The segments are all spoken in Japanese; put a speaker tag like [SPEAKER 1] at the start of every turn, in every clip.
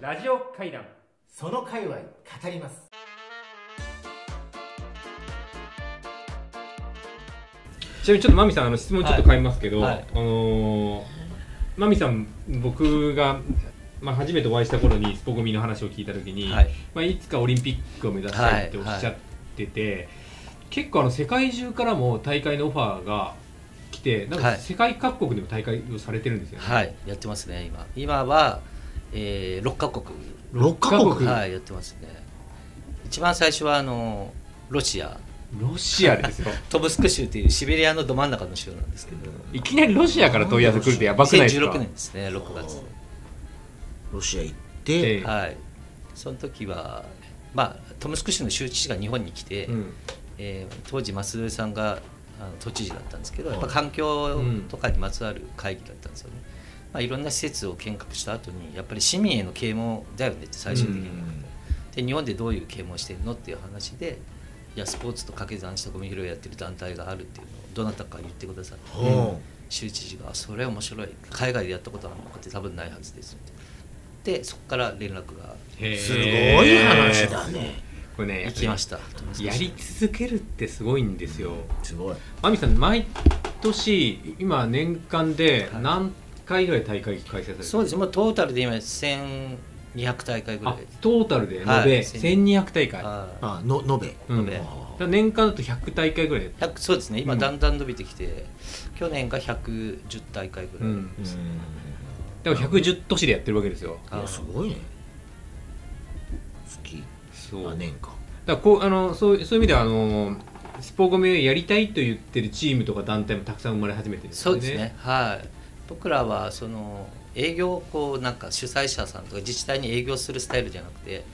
[SPEAKER 1] ラジオ会談
[SPEAKER 2] その界隈語ります
[SPEAKER 3] ちなみにちょっとマミさんあの質問ちょっと変えますけど、
[SPEAKER 4] はいはい
[SPEAKER 3] あのーマミさん僕がまあ初めてお会いした頃にスポゴミの話を聞いた時に、
[SPEAKER 4] はい
[SPEAKER 3] い、まあいつかオリンピックを目指したいっておっしゃってて、結構あの世界中からも大会のオファーが来て、なん
[SPEAKER 4] は
[SPEAKER 3] か
[SPEAKER 4] い
[SPEAKER 3] 世界各国でも大会をされてるんですよね。
[SPEAKER 4] はい、やってますね、今。今は、えー、6カ国。
[SPEAKER 2] 6カ国
[SPEAKER 3] 六カ国
[SPEAKER 4] はい、やってますね。一番最初は、あの、ロシア、
[SPEAKER 3] ロシアですよ。
[SPEAKER 4] トブスク州というシベリアのど真ん中の州なんですけど、
[SPEAKER 3] いきなりロシアから問い合わせ来るってやばくないですか。
[SPEAKER 4] 2016年ですね、6月。
[SPEAKER 2] ロシア行っ
[SPEAKER 3] え
[SPEAKER 2] て
[SPEAKER 3] え
[SPEAKER 4] はい。その時は、まあ、トムスク州の州知事が日本に来て、
[SPEAKER 3] うん
[SPEAKER 4] えー当時、増田さんがあの都知事だったんですけど、やっぱ環境とかにまつわる会議だったんですよね。まあ、いろんな施設を見学した後に、やっぱり市民への啓蒙だよねって、最終的には。で日本でどういう啓蒙してるのっていう話でいやスポーツと掛け算したゴミ拾いやってる団体があるっていうのをどなたか言ってください
[SPEAKER 2] ほうん
[SPEAKER 4] 州知事があ「それ面白い海外でやったことあるのかって多分ないはずです」ってでそこから連絡が
[SPEAKER 3] へえ
[SPEAKER 2] すごい話だね
[SPEAKER 3] これね、やっ
[SPEAKER 4] 行
[SPEAKER 3] ぱり
[SPEAKER 4] きました
[SPEAKER 3] やり続けるってすごいんですよ。
[SPEAKER 2] すごい
[SPEAKER 3] マミさん毎年今年間で何回ぐらい大会開催されてる
[SPEAKER 4] そうですねもうトータルで今1200大会ぐら
[SPEAKER 3] あ
[SPEAKER 4] い
[SPEAKER 3] トータルで延べ、
[SPEAKER 4] はい
[SPEAKER 3] 1200大会、
[SPEAKER 4] は
[SPEAKER 2] あの延べ
[SPEAKER 3] うん、
[SPEAKER 4] 延べ
[SPEAKER 3] だから年間だと100大会ぐらい
[SPEAKER 4] い100そうですね今
[SPEAKER 3] うん
[SPEAKER 4] だんだん伸びてきて、去年が110大会ぐ
[SPEAKER 3] う
[SPEAKER 4] らい、
[SPEAKER 3] ん
[SPEAKER 2] うん
[SPEAKER 3] だから110都市でやってるわけですよ
[SPEAKER 2] いやすごいね月
[SPEAKER 3] そう
[SPEAKER 2] あ
[SPEAKER 3] だか
[SPEAKER 2] 年間
[SPEAKER 3] らこうあのそうそういう意味ではあのスポゴミをやりたいと言ってるチームとか団体もたくさん生まれ始めてるんです
[SPEAKER 4] そ
[SPEAKER 3] よ
[SPEAKER 4] うですね、はい。僕らはその営業をこうなんか主催者さんとか自治体に営業するスタイルじゃなくて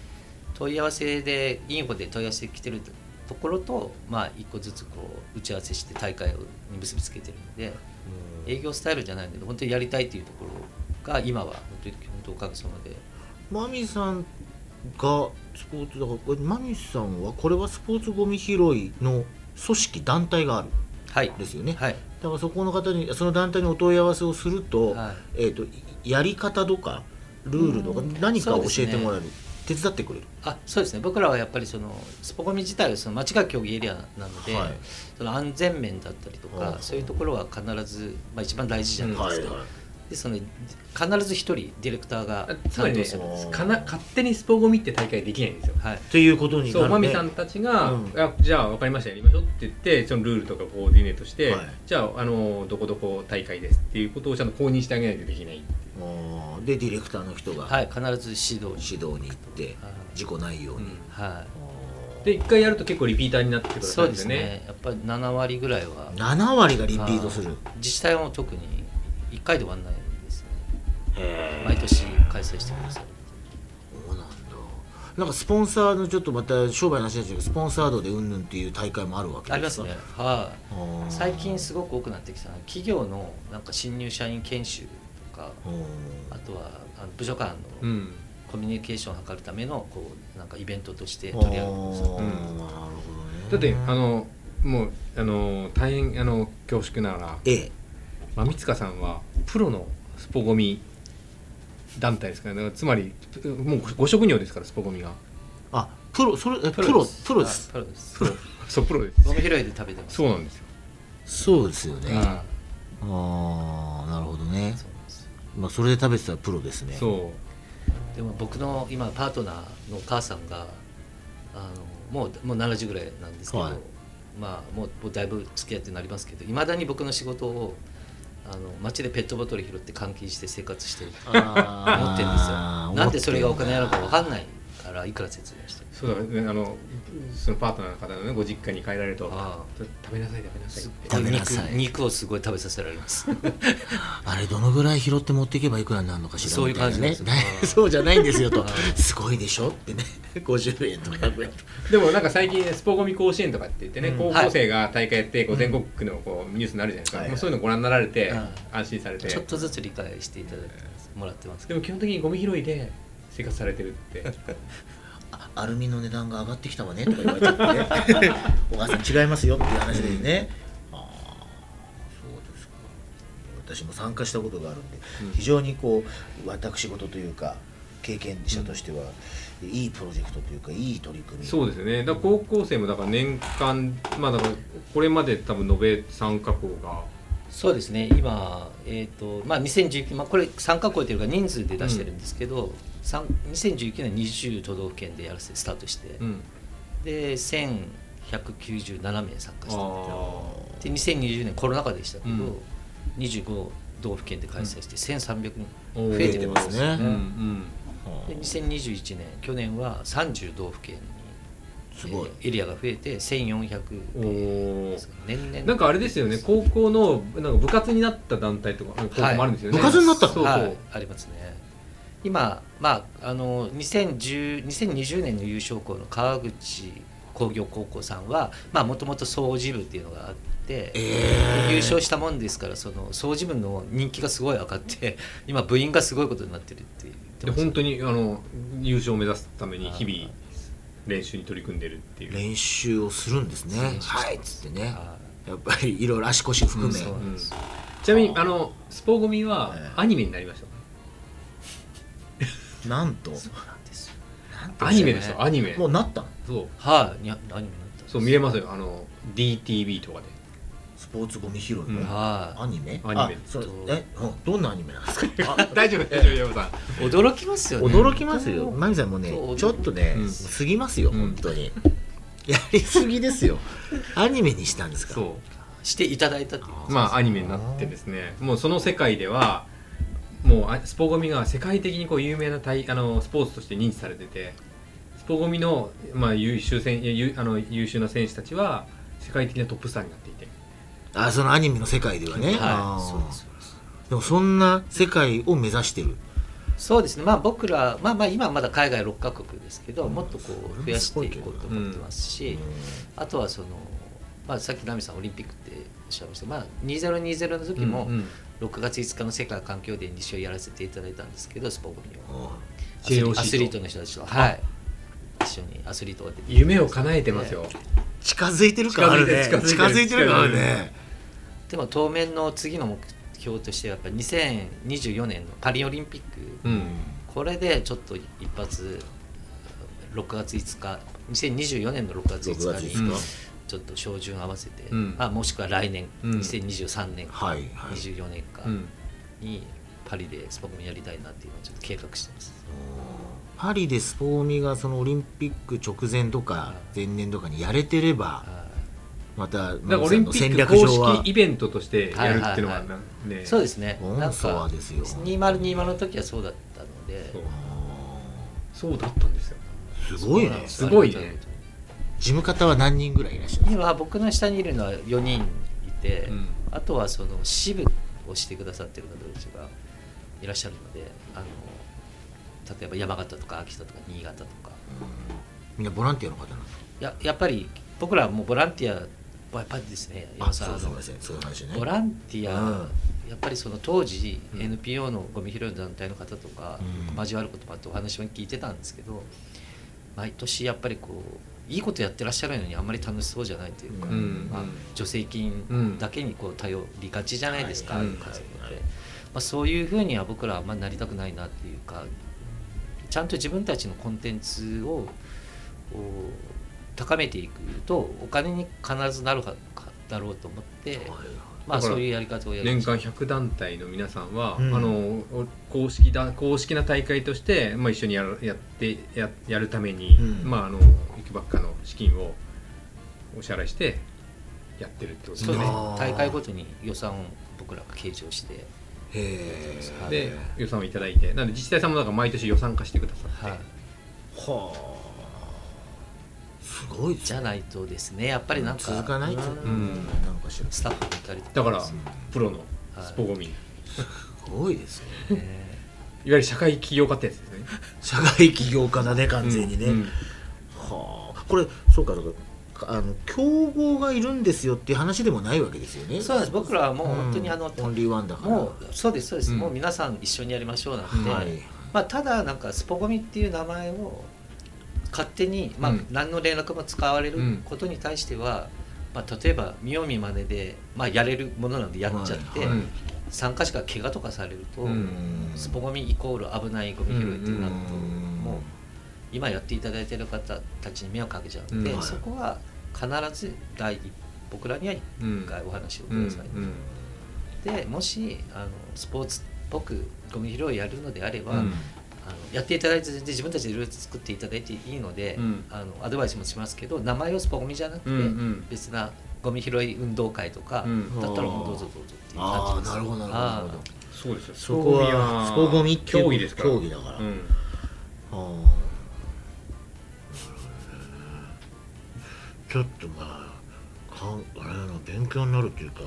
[SPEAKER 4] 問い合わせでインフォで問い合わせ来てるところとまあ一個ずつこう打ち合わせして大会に結びつけてるので営業スタイルじゃないので本当にやりたいというところが今は本当に本当おかげさまで
[SPEAKER 2] マミさんがスポーツだからこれマミさんはこれはスポーツゴミ拾いの組織団体がある
[SPEAKER 4] はい
[SPEAKER 2] んですよね、
[SPEAKER 4] はい
[SPEAKER 2] だからそこの方にその団体にお問い合わせをすると,、
[SPEAKER 4] はい
[SPEAKER 2] えー、とやり方とかルールとか何かを教えてもらえる、手伝ってくれる
[SPEAKER 4] あそうですね僕らはやっぱりそのスポコミ自体はその街が競技エリアなので、
[SPEAKER 2] はい
[SPEAKER 4] その安全面だったりとか、
[SPEAKER 2] はい
[SPEAKER 4] そういうところは必ず、まあ、一番大事じゃないですか、
[SPEAKER 2] はいはい
[SPEAKER 4] でその必ず一人ディレクターが
[SPEAKER 3] あつまり
[SPEAKER 4] 担当
[SPEAKER 3] ね
[SPEAKER 4] する、
[SPEAKER 2] そう
[SPEAKER 3] かな勝手にスポゴミって大会できないんですよ
[SPEAKER 4] はい
[SPEAKER 2] ということになる
[SPEAKER 3] そう、マミ
[SPEAKER 2] ね
[SPEAKER 3] さんたちが、
[SPEAKER 2] うん
[SPEAKER 3] あじゃあ分かりましたやりましょうって言ってそのルールとかコーディネートして、
[SPEAKER 2] はい
[SPEAKER 3] じゃああのどこどこ大会ですっていうことをちゃんと公認してあげないとできない
[SPEAKER 2] あーでディレクターの人が
[SPEAKER 4] はい、必ず指導し、
[SPEAKER 2] 指導に行って
[SPEAKER 4] はい
[SPEAKER 2] 事故ないように、
[SPEAKER 4] は
[SPEAKER 3] で一回やると結構リピーターになってくるん
[SPEAKER 4] い、
[SPEAKER 3] です
[SPEAKER 4] そ
[SPEAKER 3] よ
[SPEAKER 4] う
[SPEAKER 3] ね
[SPEAKER 4] ですねやっぱり7割ぐらいは
[SPEAKER 2] 7割がリピートする
[SPEAKER 4] あー自治体はもう特に1回で終わんないですね
[SPEAKER 2] へ
[SPEAKER 4] 毎年開催してくださる
[SPEAKER 2] そうなんだなんかスポンサーのちょっとまた商売の話なんですけどスポンサードでうんぬんっていう大会もあるわけ
[SPEAKER 4] あり
[SPEAKER 2] で
[SPEAKER 4] ますす
[SPEAKER 2] か
[SPEAKER 4] ねはい、
[SPEAKER 2] あー
[SPEAKER 4] 最近すごく多くなってきたのは企業のなんか新入社員研修とか
[SPEAKER 2] おー
[SPEAKER 4] あとはあの部署間
[SPEAKER 3] う
[SPEAKER 4] の
[SPEAKER 3] ん
[SPEAKER 4] コミュニケーションを図るためのこうなんかイベントとして
[SPEAKER 2] あ
[SPEAKER 4] 取
[SPEAKER 2] ー
[SPEAKER 4] り上げるんですよ
[SPEAKER 3] うん
[SPEAKER 2] なるほどね
[SPEAKER 3] だってあのもうあの大変あの恐縮ながら
[SPEAKER 2] ええ
[SPEAKER 3] 馬見塚さんはプロのスポゴミ団体ですから、ね、だからつまりもうご職業ですからスポゴミが
[SPEAKER 2] あプロそれえプ
[SPEAKER 4] プロ
[SPEAKER 2] ロ
[SPEAKER 4] です
[SPEAKER 2] プロです
[SPEAKER 4] はいプロです
[SPEAKER 3] そうプロです
[SPEAKER 4] ゴミ拾いで食べてます
[SPEAKER 3] そうなんですよ、
[SPEAKER 2] そうですよね、
[SPEAKER 3] うん
[SPEAKER 2] ああなるほどね
[SPEAKER 4] そうなんです
[SPEAKER 2] まあそれで食べてたらプロですね
[SPEAKER 3] そ
[SPEAKER 4] でも僕の今パートナーのお母さんがあのもうもう70ぐらいなんですけど、
[SPEAKER 2] はい
[SPEAKER 4] まあもうもうだいぶ付き合ってなりますけどいまだに僕の仕事をあの街でペットボトル拾って換金して生活してる 思
[SPEAKER 2] あ
[SPEAKER 4] ってるんですよ
[SPEAKER 2] ー
[SPEAKER 4] なんでそれがお金なのか分かん
[SPEAKER 2] い
[SPEAKER 4] ないからいくら説明しても
[SPEAKER 3] うそうだからねあのそのパートナーの方のねご実家に帰られると
[SPEAKER 4] あ
[SPEAKER 3] ちょっと食べなさい食べなさい
[SPEAKER 4] すっ
[SPEAKER 3] って
[SPEAKER 4] ご
[SPEAKER 2] 食
[SPEAKER 4] い
[SPEAKER 2] べな
[SPEAKER 4] 肉
[SPEAKER 2] さい
[SPEAKER 4] 肉をすごい食べさせられます
[SPEAKER 2] あれどのぐらい拾って持っていけばいくらになるのかしら
[SPEAKER 4] そういう感じなん
[SPEAKER 2] みたい
[SPEAKER 4] ですよ
[SPEAKER 2] なね そうじゃないんですよと
[SPEAKER 4] あ
[SPEAKER 2] すごいでしょって ね50円とか100円とか
[SPEAKER 3] でもなんか最近ねスポゴミ甲子園とかって言ってね、
[SPEAKER 2] うん
[SPEAKER 3] 高校生が大会やってこう全国区のこうニュースになるじゃないですか、
[SPEAKER 2] はい
[SPEAKER 3] もうそういうのご覧になられて、
[SPEAKER 4] うん
[SPEAKER 3] 安心されて
[SPEAKER 4] ちょっとずつ理解していただいてますもらってます
[SPEAKER 3] でも基本的にゴミ拾いで生活されてるって
[SPEAKER 2] あアルミの値段が上がってきたわねとか言われちゃってねお母さん違いますよっていう話でね、ああそうですか私も参加したことがあるんで、非常にこう私事というか経験者としては、いいプロジェクトというかいい取り組み
[SPEAKER 3] そうですねだから高校生もだから年間まあだからこれまで多分延べ3か校が
[SPEAKER 4] そうですね今、えーとまあ、2019、まあ、これ参加校というか人数で出してるんですけど、さん2019年20都道府県でやらせスタートして、
[SPEAKER 3] うん
[SPEAKER 4] で1197名参加して
[SPEAKER 3] あ
[SPEAKER 4] で2020年コロナ禍でしたけど、
[SPEAKER 3] うん
[SPEAKER 4] 25道府県で開催して1300人、
[SPEAKER 3] あ増
[SPEAKER 4] 増えててます
[SPEAKER 2] ね
[SPEAKER 3] うんうん
[SPEAKER 2] はあ
[SPEAKER 4] で2021年去年は30道府県に
[SPEAKER 2] すごい、
[SPEAKER 4] えーエリアが増えて1400
[SPEAKER 3] お
[SPEAKER 4] で
[SPEAKER 3] ー
[SPEAKER 4] すか年々
[SPEAKER 3] なんかあれですよね高校のなんか部活になった団体とか高校もあるんですよね、
[SPEAKER 2] 部活になったの
[SPEAKER 3] そうそう、
[SPEAKER 4] はい、ありますね今、まあ、あの2010 2020年の優勝校の川口工業高校さんはもともと掃除部っていうのがあって、
[SPEAKER 2] え
[SPEAKER 4] 優勝したもんですからその掃除部の人気がすごい上がって 今部員がすごいことになってるって言って
[SPEAKER 3] で
[SPEAKER 4] ます
[SPEAKER 3] 本当にあの優勝を目指すために日
[SPEAKER 4] は
[SPEAKER 3] 々
[SPEAKER 4] い
[SPEAKER 3] 練習に取り組んでるっていう
[SPEAKER 2] 練習をするんですね
[SPEAKER 4] 練習してます
[SPEAKER 2] はいっつってね
[SPEAKER 4] は
[SPEAKER 2] やっぱりいろいろ足腰含
[SPEAKER 4] い
[SPEAKER 2] め、
[SPEAKER 4] そうなんですよ
[SPEAKER 3] ちなみにあのスポゴミは
[SPEAKER 2] ええ
[SPEAKER 3] アニメになりましたか
[SPEAKER 2] なんと
[SPEAKER 4] そうなんですよ
[SPEAKER 3] アニメですよアニメ
[SPEAKER 2] もうなったの
[SPEAKER 3] そう
[SPEAKER 4] はい、にゃ何になったんです
[SPEAKER 3] そう見れますよあの DTV とかで
[SPEAKER 2] スポーツゴミ拾いの、
[SPEAKER 3] うん
[SPEAKER 4] は
[SPEAKER 2] アニメ
[SPEAKER 3] アニメ
[SPEAKER 2] あそうえうんどんなアニメなんですかあ
[SPEAKER 3] 大丈夫大丈夫山さん
[SPEAKER 4] い驚きますよね
[SPEAKER 2] 驚きますよマミさんもね
[SPEAKER 4] そう
[SPEAKER 2] ちょっとね、
[SPEAKER 3] うん
[SPEAKER 2] 過ぎますよ
[SPEAKER 3] うん
[SPEAKER 2] 本当に、やりすぎですよアニメにしたんですか
[SPEAKER 3] そ
[SPEAKER 4] していただいたっていう
[SPEAKER 3] うまあアニメになってですねもうその世界ではもうあスポゴミが世界的にこう有名な大あのスポーツとして認知されててスポゴミの、まあ、優秀選優あの優秀な選手たちは世界的なトップスターになっていて
[SPEAKER 2] あそのアニメの世界ではね、あ
[SPEAKER 4] は
[SPEAKER 2] ー
[SPEAKER 4] い、そうですそうです
[SPEAKER 2] でもそんな世界を目指してる
[SPEAKER 4] そうですね、まあ、僕ら、まあ、まあ今まだ海外6カ国ですけど、
[SPEAKER 2] うん
[SPEAKER 4] もっとこう増やしていこうと思ってますし、あとはその、まあ、さっき奈美さんオリンピックっておっしゃいましたけど、まあ、2020の時も
[SPEAKER 3] うんうん
[SPEAKER 4] 6月5日の世界環境デーに一緒にやらせていただいたんですけどスポーツ
[SPEAKER 2] う
[SPEAKER 4] に
[SPEAKER 2] んうん
[SPEAKER 3] JOC
[SPEAKER 4] アスリ
[SPEAKER 3] と
[SPEAKER 4] アスリートの人たちと、はい、一緒にアスリートが出て
[SPEAKER 3] 夢を叶えてますよ、
[SPEAKER 2] 近づいてる感あるね
[SPEAKER 3] 近づいてる
[SPEAKER 2] 近
[SPEAKER 3] 近づ
[SPEAKER 2] づ
[SPEAKER 3] い
[SPEAKER 2] いて
[SPEAKER 3] てる
[SPEAKER 2] る感あるね
[SPEAKER 4] でも当面の次の目標としてはやっぱり2024年のパリオリンピック
[SPEAKER 3] うん、
[SPEAKER 4] これでちょっと一発6月5日2024年の6月
[SPEAKER 2] 6
[SPEAKER 4] 5
[SPEAKER 2] 月
[SPEAKER 4] 日に
[SPEAKER 2] 5日、
[SPEAKER 4] ちょっと照準合わせて、
[SPEAKER 3] うん
[SPEAKER 4] まあ、もしくは来年、
[SPEAKER 3] うん
[SPEAKER 4] 2023年か、
[SPEAKER 2] はいはい
[SPEAKER 4] 24年か
[SPEAKER 3] うん、
[SPEAKER 4] にパリでスパコンやりたいなって今ちょっと計画してます、
[SPEAKER 2] パリでスポーミがそのオリンピック直前とか前年とかにやれてれば
[SPEAKER 4] は
[SPEAKER 2] また
[SPEAKER 3] だからオリンピック公式イベントとしてやるっていうのはなんね、
[SPEAKER 4] いそう
[SPEAKER 3] で
[SPEAKER 4] ですね
[SPEAKER 2] オン
[SPEAKER 4] なん
[SPEAKER 2] ソワ
[SPEAKER 4] か
[SPEAKER 2] ですよ
[SPEAKER 4] 2020の時はそうだったので
[SPEAKER 3] そう
[SPEAKER 2] あ
[SPEAKER 3] そうだったんですよ
[SPEAKER 2] ーすごい
[SPEAKER 4] そうなん
[SPEAKER 2] ね
[SPEAKER 4] です
[SPEAKER 3] ごいね
[SPEAKER 4] ありがとうございま
[SPEAKER 2] 事務方は何人ぐらいいらっしゃる
[SPEAKER 4] す今僕の下にいるのは4人いて、
[SPEAKER 3] うん
[SPEAKER 4] あとはその支部をしてくださってる方たちがいらっしゃるのであの例えば山形とか秋田とか新潟とか
[SPEAKER 2] みんなボランティアの方なの
[SPEAKER 4] ややっぱり僕らはもうボランティアはやっぱりですね
[SPEAKER 2] あ
[SPEAKER 4] 山
[SPEAKER 2] そう
[SPEAKER 4] 沢
[SPEAKER 2] そう
[SPEAKER 4] さん
[SPEAKER 2] そうそういう話ね
[SPEAKER 4] ボランティア、
[SPEAKER 2] うん
[SPEAKER 4] やっぱりその当時、
[SPEAKER 3] うん
[SPEAKER 4] NPO のゴミ拾いの団体の方とか、
[SPEAKER 2] うん
[SPEAKER 4] 交わることもあってお話も聞いてたんですけど毎年やっぱりこういいことやってらっしゃるのにあんまり楽しそうじゃないというか、
[SPEAKER 2] うん
[SPEAKER 4] まあ
[SPEAKER 3] うん、
[SPEAKER 4] 助成金だけにこう頼りがちじゃないです
[SPEAKER 3] う
[SPEAKER 4] か、
[SPEAKER 3] ん
[SPEAKER 4] ああいう活動って、
[SPEAKER 2] はいはい
[SPEAKER 4] まあ、そういうふうには僕らはあんまりなりたくないなっていうかちゃんと自分たちのコンテンツをこう高めていくとお金に必ずなるはだろうと思って。まあ
[SPEAKER 3] だから
[SPEAKER 4] そういうやり方をやり
[SPEAKER 3] 年
[SPEAKER 4] ました
[SPEAKER 3] 間100団体の皆さんは、
[SPEAKER 2] うん
[SPEAKER 3] あの公式だ公式な大会として、まあ、一緒にやるやってややるために、
[SPEAKER 2] うん
[SPEAKER 3] まああのいくばっかの資金をお支払いしてやってるってことです
[SPEAKER 4] そう
[SPEAKER 3] ね
[SPEAKER 4] ですね
[SPEAKER 2] あー
[SPEAKER 4] 大会ごとに予算を僕らが計上して、
[SPEAKER 2] へえ
[SPEAKER 3] で予算をいただいてなので自治体さんもなんか毎年予算化してくださって、
[SPEAKER 4] はい
[SPEAKER 2] はあすごいですね
[SPEAKER 4] じゃないとですねやっぱりなんか
[SPEAKER 2] 続かない
[SPEAKER 4] うん
[SPEAKER 3] ん
[SPEAKER 2] なんかしら
[SPEAKER 4] ス
[SPEAKER 2] す
[SPEAKER 4] タッフがいたりとか
[SPEAKER 3] だから
[SPEAKER 4] です
[SPEAKER 3] プロのスポゴミ、い、わ
[SPEAKER 2] ごいですね
[SPEAKER 4] ね
[SPEAKER 3] ゆる社会起業家ってやつですね
[SPEAKER 2] 社外起業家だね完全にね、
[SPEAKER 3] うんうん
[SPEAKER 2] はあこれそうかそうかあの競合がいるんですよっていう話でもないわけですよね
[SPEAKER 4] そうなんです僕らはもう本当に
[SPEAKER 2] うん
[SPEAKER 4] あの、
[SPEAKER 2] オンリーワンだから
[SPEAKER 4] もうそうですそうです、
[SPEAKER 3] うん
[SPEAKER 4] もう皆さん一緒にやりましょうなんて、
[SPEAKER 2] はい
[SPEAKER 4] まあ、ただなんかスポゴミっていう名前を勝手に、まあ
[SPEAKER 3] うん
[SPEAKER 4] 何の連絡も使われ
[SPEAKER 3] う
[SPEAKER 4] る
[SPEAKER 3] ん
[SPEAKER 4] ことに対しては、まあ、例えば見よう見まねで、まあ、やれるものなのでやっちゃって、
[SPEAKER 2] はい
[SPEAKER 3] うん
[SPEAKER 4] 参加者が怪我とかされると、
[SPEAKER 3] うん
[SPEAKER 4] スポゴミイコール危ないゴミ拾いってなると、
[SPEAKER 3] うん
[SPEAKER 4] もう今やっていただいてる方たちに迷惑かけちゃうので、
[SPEAKER 3] うん
[SPEAKER 4] そこは必ず第一僕らには一
[SPEAKER 3] うん
[SPEAKER 4] 回お話を
[SPEAKER 3] う
[SPEAKER 4] く
[SPEAKER 3] ん
[SPEAKER 4] ださい、
[SPEAKER 3] うん
[SPEAKER 4] でもしあのスポーツっぽくゴミ拾いやるのであれ
[SPEAKER 3] う
[SPEAKER 4] ば、
[SPEAKER 3] ん
[SPEAKER 4] あのやっていただいて全然自分たちでルール作っていただいていいので、
[SPEAKER 3] うん
[SPEAKER 4] あのアドバイスもしますけど名前をスポゴミじゃなくて、
[SPEAKER 3] うんうん
[SPEAKER 4] 別なゴミ拾い運動会とか、
[SPEAKER 3] うん
[SPEAKER 4] だったらもうどうぞどうぞっていう
[SPEAKER 2] あ
[SPEAKER 4] 感
[SPEAKER 2] あ
[SPEAKER 4] じです
[SPEAKER 2] なるほどなるほどなるほど
[SPEAKER 4] はい
[SPEAKER 3] そうですよ
[SPEAKER 2] そこはスポゴミっていう
[SPEAKER 3] 競技ですから
[SPEAKER 2] 競技だから
[SPEAKER 3] うん
[SPEAKER 2] あーちょっとまあかんあれだな勉強になるというか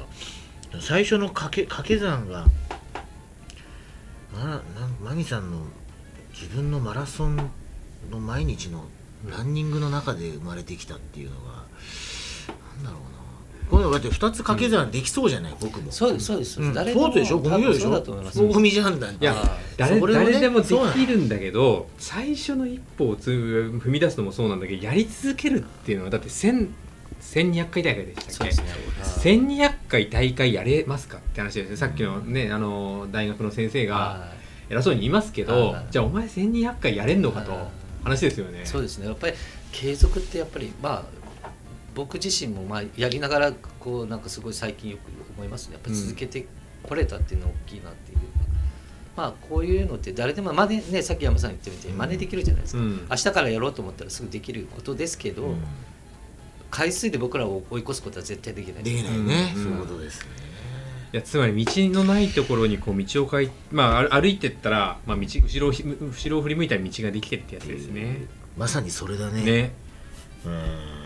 [SPEAKER 2] 最初の掛け掛け算がまなマギさんの自分のマラソンの毎日のランニングの中で生まれてきたっていうのがなんだろうなこれだって2つ掛け算できそうじゃない、僕も
[SPEAKER 4] そうですそうです、
[SPEAKER 2] うん
[SPEAKER 4] 誰
[SPEAKER 2] スポーツでしょゴミ
[SPEAKER 4] 多
[SPEAKER 2] 用
[SPEAKER 4] 分
[SPEAKER 2] でし
[SPEAKER 4] そうだ
[SPEAKER 2] ょ
[SPEAKER 4] と思います
[SPEAKER 2] スポゴミじゃんなんて
[SPEAKER 3] いや
[SPEAKER 4] あ
[SPEAKER 3] 誰
[SPEAKER 2] それをね
[SPEAKER 3] 誰でもで
[SPEAKER 2] そうなの
[SPEAKER 3] きるんだけど最初の一歩をつ踏み出すのもそうなんだけどやり続けるっていうのはだって1000 1200回大会でした
[SPEAKER 4] そう
[SPEAKER 3] っ
[SPEAKER 4] で
[SPEAKER 3] け
[SPEAKER 4] すね
[SPEAKER 3] 1200回大会やれますかって話ですねさっきのねあの大学の先生が
[SPEAKER 4] はい
[SPEAKER 3] 偉そうに言いますけど
[SPEAKER 4] はい
[SPEAKER 3] じゃあお前1200回やれんのかと
[SPEAKER 4] はい
[SPEAKER 3] 話ですよね
[SPEAKER 4] そうですねやっぱり継続ってやっぱりまあ僕自身もまあやりながらこうなんかすごい最近よく思いますねやっぱり続けてこれたっていうのは大きいなっていうか、まあこういうのって誰でも真似ねさっき山さん言ってみたように真似できるじゃないです
[SPEAKER 3] う
[SPEAKER 4] か、
[SPEAKER 3] ん
[SPEAKER 4] 明日からやろうと思ったらすぐできることですけど、
[SPEAKER 2] うん
[SPEAKER 4] 回数で僕らを追い越すことは絶対できない
[SPEAKER 2] でき
[SPEAKER 4] す
[SPEAKER 2] ないね、
[SPEAKER 3] うん
[SPEAKER 2] そういうことですね
[SPEAKER 3] いやつまり道のないところにこう道をかい、まあ、歩歩いてったら、まあ、道後ろをひ後ろを振り向いたら道ができてるってやつですね。
[SPEAKER 2] まさにそれだね
[SPEAKER 3] ね
[SPEAKER 2] うん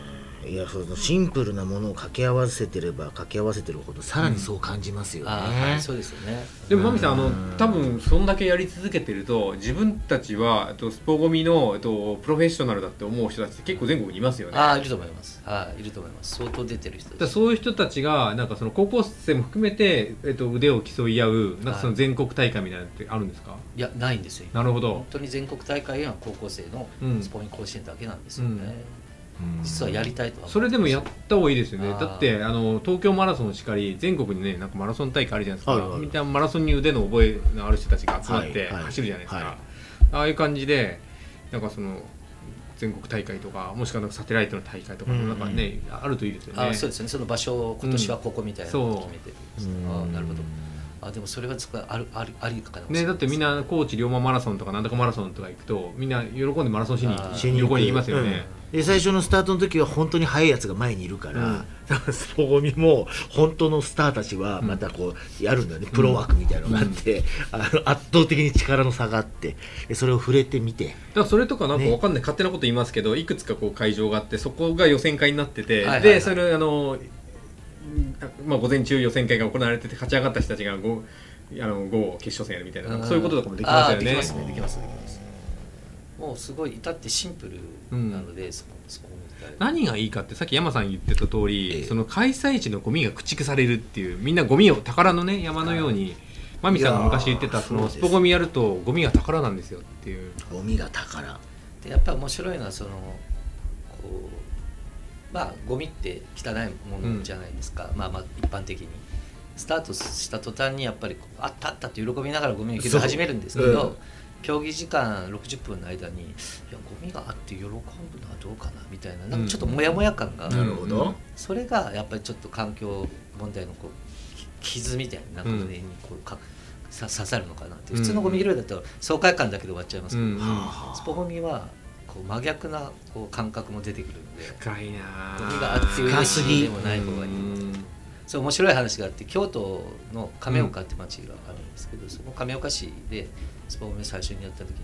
[SPEAKER 2] いやそのシンプルなものを掛け合わせてれば掛け合わせてるほどさらにそう感じますよね、
[SPEAKER 4] ああ、はい、そうですよね
[SPEAKER 3] でもマミさんあ
[SPEAKER 2] う
[SPEAKER 3] の
[SPEAKER 2] ん
[SPEAKER 3] 多分そんだけやり続けてると自分たちはえっとスポゴミのえっとプロフェッショナルだって思う人たちって結構全国にいますよね。だか
[SPEAKER 4] ああいると思いますはいいると思います相当出てる人
[SPEAKER 3] ら
[SPEAKER 4] です
[SPEAKER 3] そういう人たちがなんかその高校生も含めて、えっと、腕を競い合うなんかその全国大会みたいなのってあるんですか、
[SPEAKER 4] いやないんですよ今
[SPEAKER 3] なるほど
[SPEAKER 4] 本、当に全国大会は高校生の
[SPEAKER 3] うん
[SPEAKER 4] スポイン甲子園だけなんです
[SPEAKER 3] う
[SPEAKER 4] よ
[SPEAKER 3] ん
[SPEAKER 4] ね、
[SPEAKER 2] うん
[SPEAKER 4] 実はやりたいとは
[SPEAKER 3] それでもやった方がいいですよね
[SPEAKER 4] あー
[SPEAKER 3] だってあの東京マラソンしかり全国にねなんかマラソン大会あるじゃないですか、
[SPEAKER 2] あるある
[SPEAKER 3] みんなマラソンに腕の覚えのある人たちが集まって
[SPEAKER 2] はいはい
[SPEAKER 3] 走るじゃないですか、
[SPEAKER 2] はい
[SPEAKER 3] ああいう感じでなんかその全国大会とかもしくはなんかサテライトの大会とか
[SPEAKER 2] うんう
[SPEAKER 3] も
[SPEAKER 2] ん
[SPEAKER 3] なんかね、あるといいですよね
[SPEAKER 4] あそうですねその場所を今年はここみたいなのを決めてる、
[SPEAKER 2] うん
[SPEAKER 4] ああなるほどあでもそれはつかあるあるありかな
[SPEAKER 3] ね、だってみんな高知龍馬マラソンとかなんとかマラソンとか行くとみんな喜んでマラソンしに
[SPEAKER 4] あー
[SPEAKER 2] 一緒に行く
[SPEAKER 3] 横に行きますよね、
[SPEAKER 2] うんで最初のスタートの時は本当に速いやつが前にいるから、スポゴミも本当のスターたちはまたこうやるんだよね、プロ枠みたいなのがあって、あの圧倒的に力の差があってでそれを触れてみて
[SPEAKER 3] だからそれとかなんか
[SPEAKER 2] ね
[SPEAKER 3] わかんない、勝手なこと言いますけどいくつかこう会場があってそこが予選会になってて、
[SPEAKER 4] はいはいはい
[SPEAKER 3] でそれあの、まあ、午前中予選会が行われてて勝ち上がった人たちが午あの午後決勝戦やるみたいななんかそういうこととかもできますよ
[SPEAKER 4] ああでき
[SPEAKER 3] ね
[SPEAKER 4] ますねできますできますもうすごい至ってシンプルなので、そこそこみ
[SPEAKER 3] 何がいいかってさっき山さん言ってた通り、
[SPEAKER 2] ええ
[SPEAKER 3] その開催地のゴミが駆逐されるっていうみんなゴミを宝のね山のようにマミさんが昔言って
[SPEAKER 2] い
[SPEAKER 3] た
[SPEAKER 2] やー
[SPEAKER 3] そ
[SPEAKER 2] そう
[SPEAKER 3] の
[SPEAKER 2] です
[SPEAKER 3] スポゴミやるとゴミが宝なんですよっていう
[SPEAKER 2] ゴミが宝
[SPEAKER 4] でやっぱり面白いのはそのこうまあゴミって汚いものじゃないですか、まあまあ一般的にスタートした途端にやっぱりこうあったあったって喜びながらゴミを拾い始めるんですけ
[SPEAKER 2] そう
[SPEAKER 4] ど、
[SPEAKER 2] うん
[SPEAKER 4] 競技時間60分の間にいやゴミがあって喜ぶのはどうかなみたいななんかちょっとモヤモヤ感が、
[SPEAKER 3] うん
[SPEAKER 2] なるほど、
[SPEAKER 4] それがやっぱりちょっと環境問題のこうき傷みたいななんか胸にこうか、さ刺さるのかなって普通のゴミ拾いだと爽快感だけで終わっちゃいますけど、
[SPEAKER 3] うん
[SPEAKER 2] はあはあ
[SPEAKER 4] スポゴミはこう真逆なこう感覚も出てくるので
[SPEAKER 3] 深いなー
[SPEAKER 4] ゴミがあって嬉しいでもない方がいい
[SPEAKER 3] うん
[SPEAKER 4] そう面白い話があって京都の亀岡って町があるんですけど、その亀岡市でスポゴミを最初にやった時に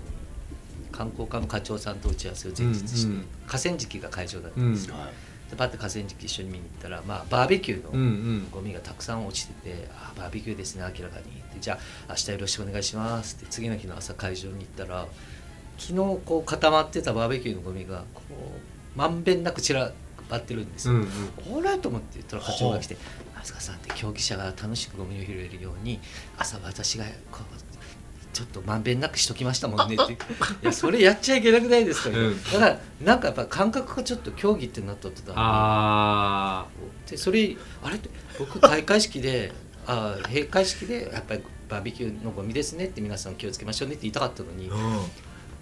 [SPEAKER 4] 観光課の課長さんと打ち合わせを前日して、
[SPEAKER 3] うんうん
[SPEAKER 4] 河川敷が会場だったんですよ、
[SPEAKER 2] はい
[SPEAKER 4] でパッて河川敷一緒に見に行ったら、まあ、バーベキューの、
[SPEAKER 3] うんうん
[SPEAKER 4] ゴミがたくさん落ちてて「あーバーベキューですね明らかに」でじゃあ明日よろしくお願いします」って次の日の朝会場に行ったら昨日こう固まってたバーベキューのゴミがこうまんべんなく散らばってるんです
[SPEAKER 3] う
[SPEAKER 4] よ。
[SPEAKER 3] んうん
[SPEAKER 4] これと思って言ったら課長が来て「飛鳥さんって競技者が楽しくゴミを拾えるように朝私がこうちょっとまんべんなくしときましたもんね」って「いやそれやっちゃいけなくないですか、
[SPEAKER 3] うん
[SPEAKER 4] だからなんかやっぱ感覚がちょっと競技ってなっとったら
[SPEAKER 3] ああ
[SPEAKER 4] でそれあれって僕開会式でああ閉会式でやっぱりバーベキューのゴミですねって皆さん気をつけましょうねって言いたかったのに、
[SPEAKER 2] うん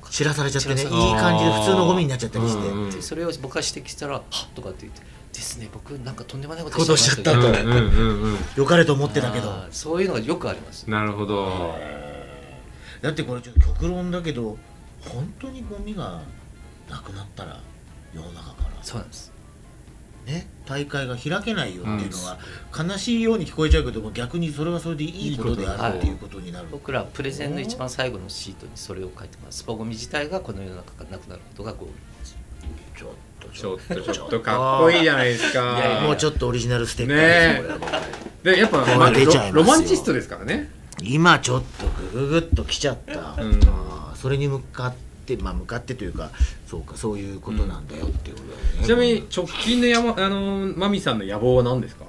[SPEAKER 2] 知らされちゃってねい
[SPEAKER 4] 知
[SPEAKER 2] い
[SPEAKER 4] らされ
[SPEAKER 2] 感じで普通のゴミになっちゃったりして、
[SPEAKER 3] うんうん
[SPEAKER 4] でそれを僕が指摘したら「はっ」とかって言って「ですね僕なんかとんでもないこ
[SPEAKER 2] ことと
[SPEAKER 4] を
[SPEAKER 2] しちゃった
[SPEAKER 3] うん
[SPEAKER 2] と
[SPEAKER 3] うんうんうん
[SPEAKER 2] よかれと思ってたけど
[SPEAKER 4] あーそういうのがよくあります
[SPEAKER 3] なるほど
[SPEAKER 2] だってこれちょっと極論だけど本当にゴミがなくなったら世の中から
[SPEAKER 4] そうなんです
[SPEAKER 2] ね、大会が開けないよっていうのは、悲しいように聞こえちゃうけども逆にそれはそれでいいことであるっていうことになる
[SPEAKER 4] 僕らプレゼンの一番最後のシートにそれを書いてますスポゴミ自体がこの世の中からなくなることがゴール
[SPEAKER 2] ちょっと
[SPEAKER 3] ちょっとちょっとかっこいいじゃないですか
[SPEAKER 4] いやいや
[SPEAKER 2] もうちょっとオリジナルステッカーですよ
[SPEAKER 3] ねえ
[SPEAKER 2] これはもう
[SPEAKER 3] でやっぱ
[SPEAKER 2] これ
[SPEAKER 3] まあ
[SPEAKER 2] 出ちゃいますよ
[SPEAKER 3] ロロマンチストですからね
[SPEAKER 2] 今ちょっとグググッと来ちゃった、
[SPEAKER 3] うん
[SPEAKER 2] あーそれに向かってまあ向かってというかそうかそういうことなんだよっていうことだよね
[SPEAKER 3] ちなみに直近の山あのマミさんの野望は何ですか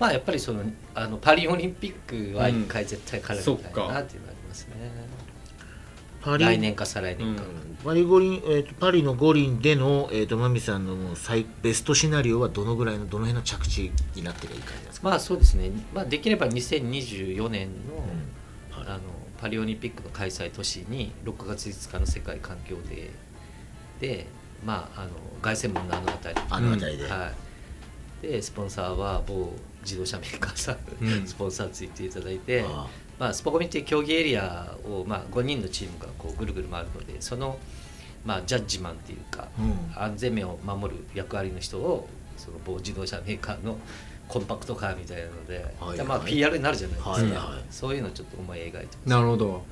[SPEAKER 4] まあやっぱりそのあのパリオリンピックは一回絶対絡みたいなっていうのはありますね、
[SPEAKER 2] パリ
[SPEAKER 4] 来年か再来年か、
[SPEAKER 3] うん
[SPEAKER 2] パリ五輪、えー、とパリの五輪での、えー、とマミさんのもう最ベストシナリオはどのぐらいのどの辺の着地になってるいい感じですか、
[SPEAKER 4] まあそうですね、まあ、できれば2024年の,、
[SPEAKER 2] うん
[SPEAKER 4] あのパリオリンピックの開催都市に6月5日の世界環境デーで、まあ、あの凱旋門のあの辺り
[SPEAKER 2] あの辺りで、
[SPEAKER 4] はい、でスポンサーは某自動車メーカーさん、
[SPEAKER 3] うん
[SPEAKER 4] スポンサーついていただいて
[SPEAKER 2] ああ
[SPEAKER 4] まあ、スポコミっていう競技エリアを、まあ、5人のチームがこうぐるぐる回るのでその、まあ、ジャッジマンっていうか、
[SPEAKER 2] うん
[SPEAKER 4] 安全面を守る役割の人をその某自動車メーカーのコンパクトカーみたいなので,、
[SPEAKER 2] はい
[SPEAKER 4] でまあ、
[SPEAKER 2] はい
[SPEAKER 4] PR になるじゃないですか、
[SPEAKER 2] はいはい
[SPEAKER 4] そういうのをちょっと思い描いてます。
[SPEAKER 3] なるほど
[SPEAKER 4] はい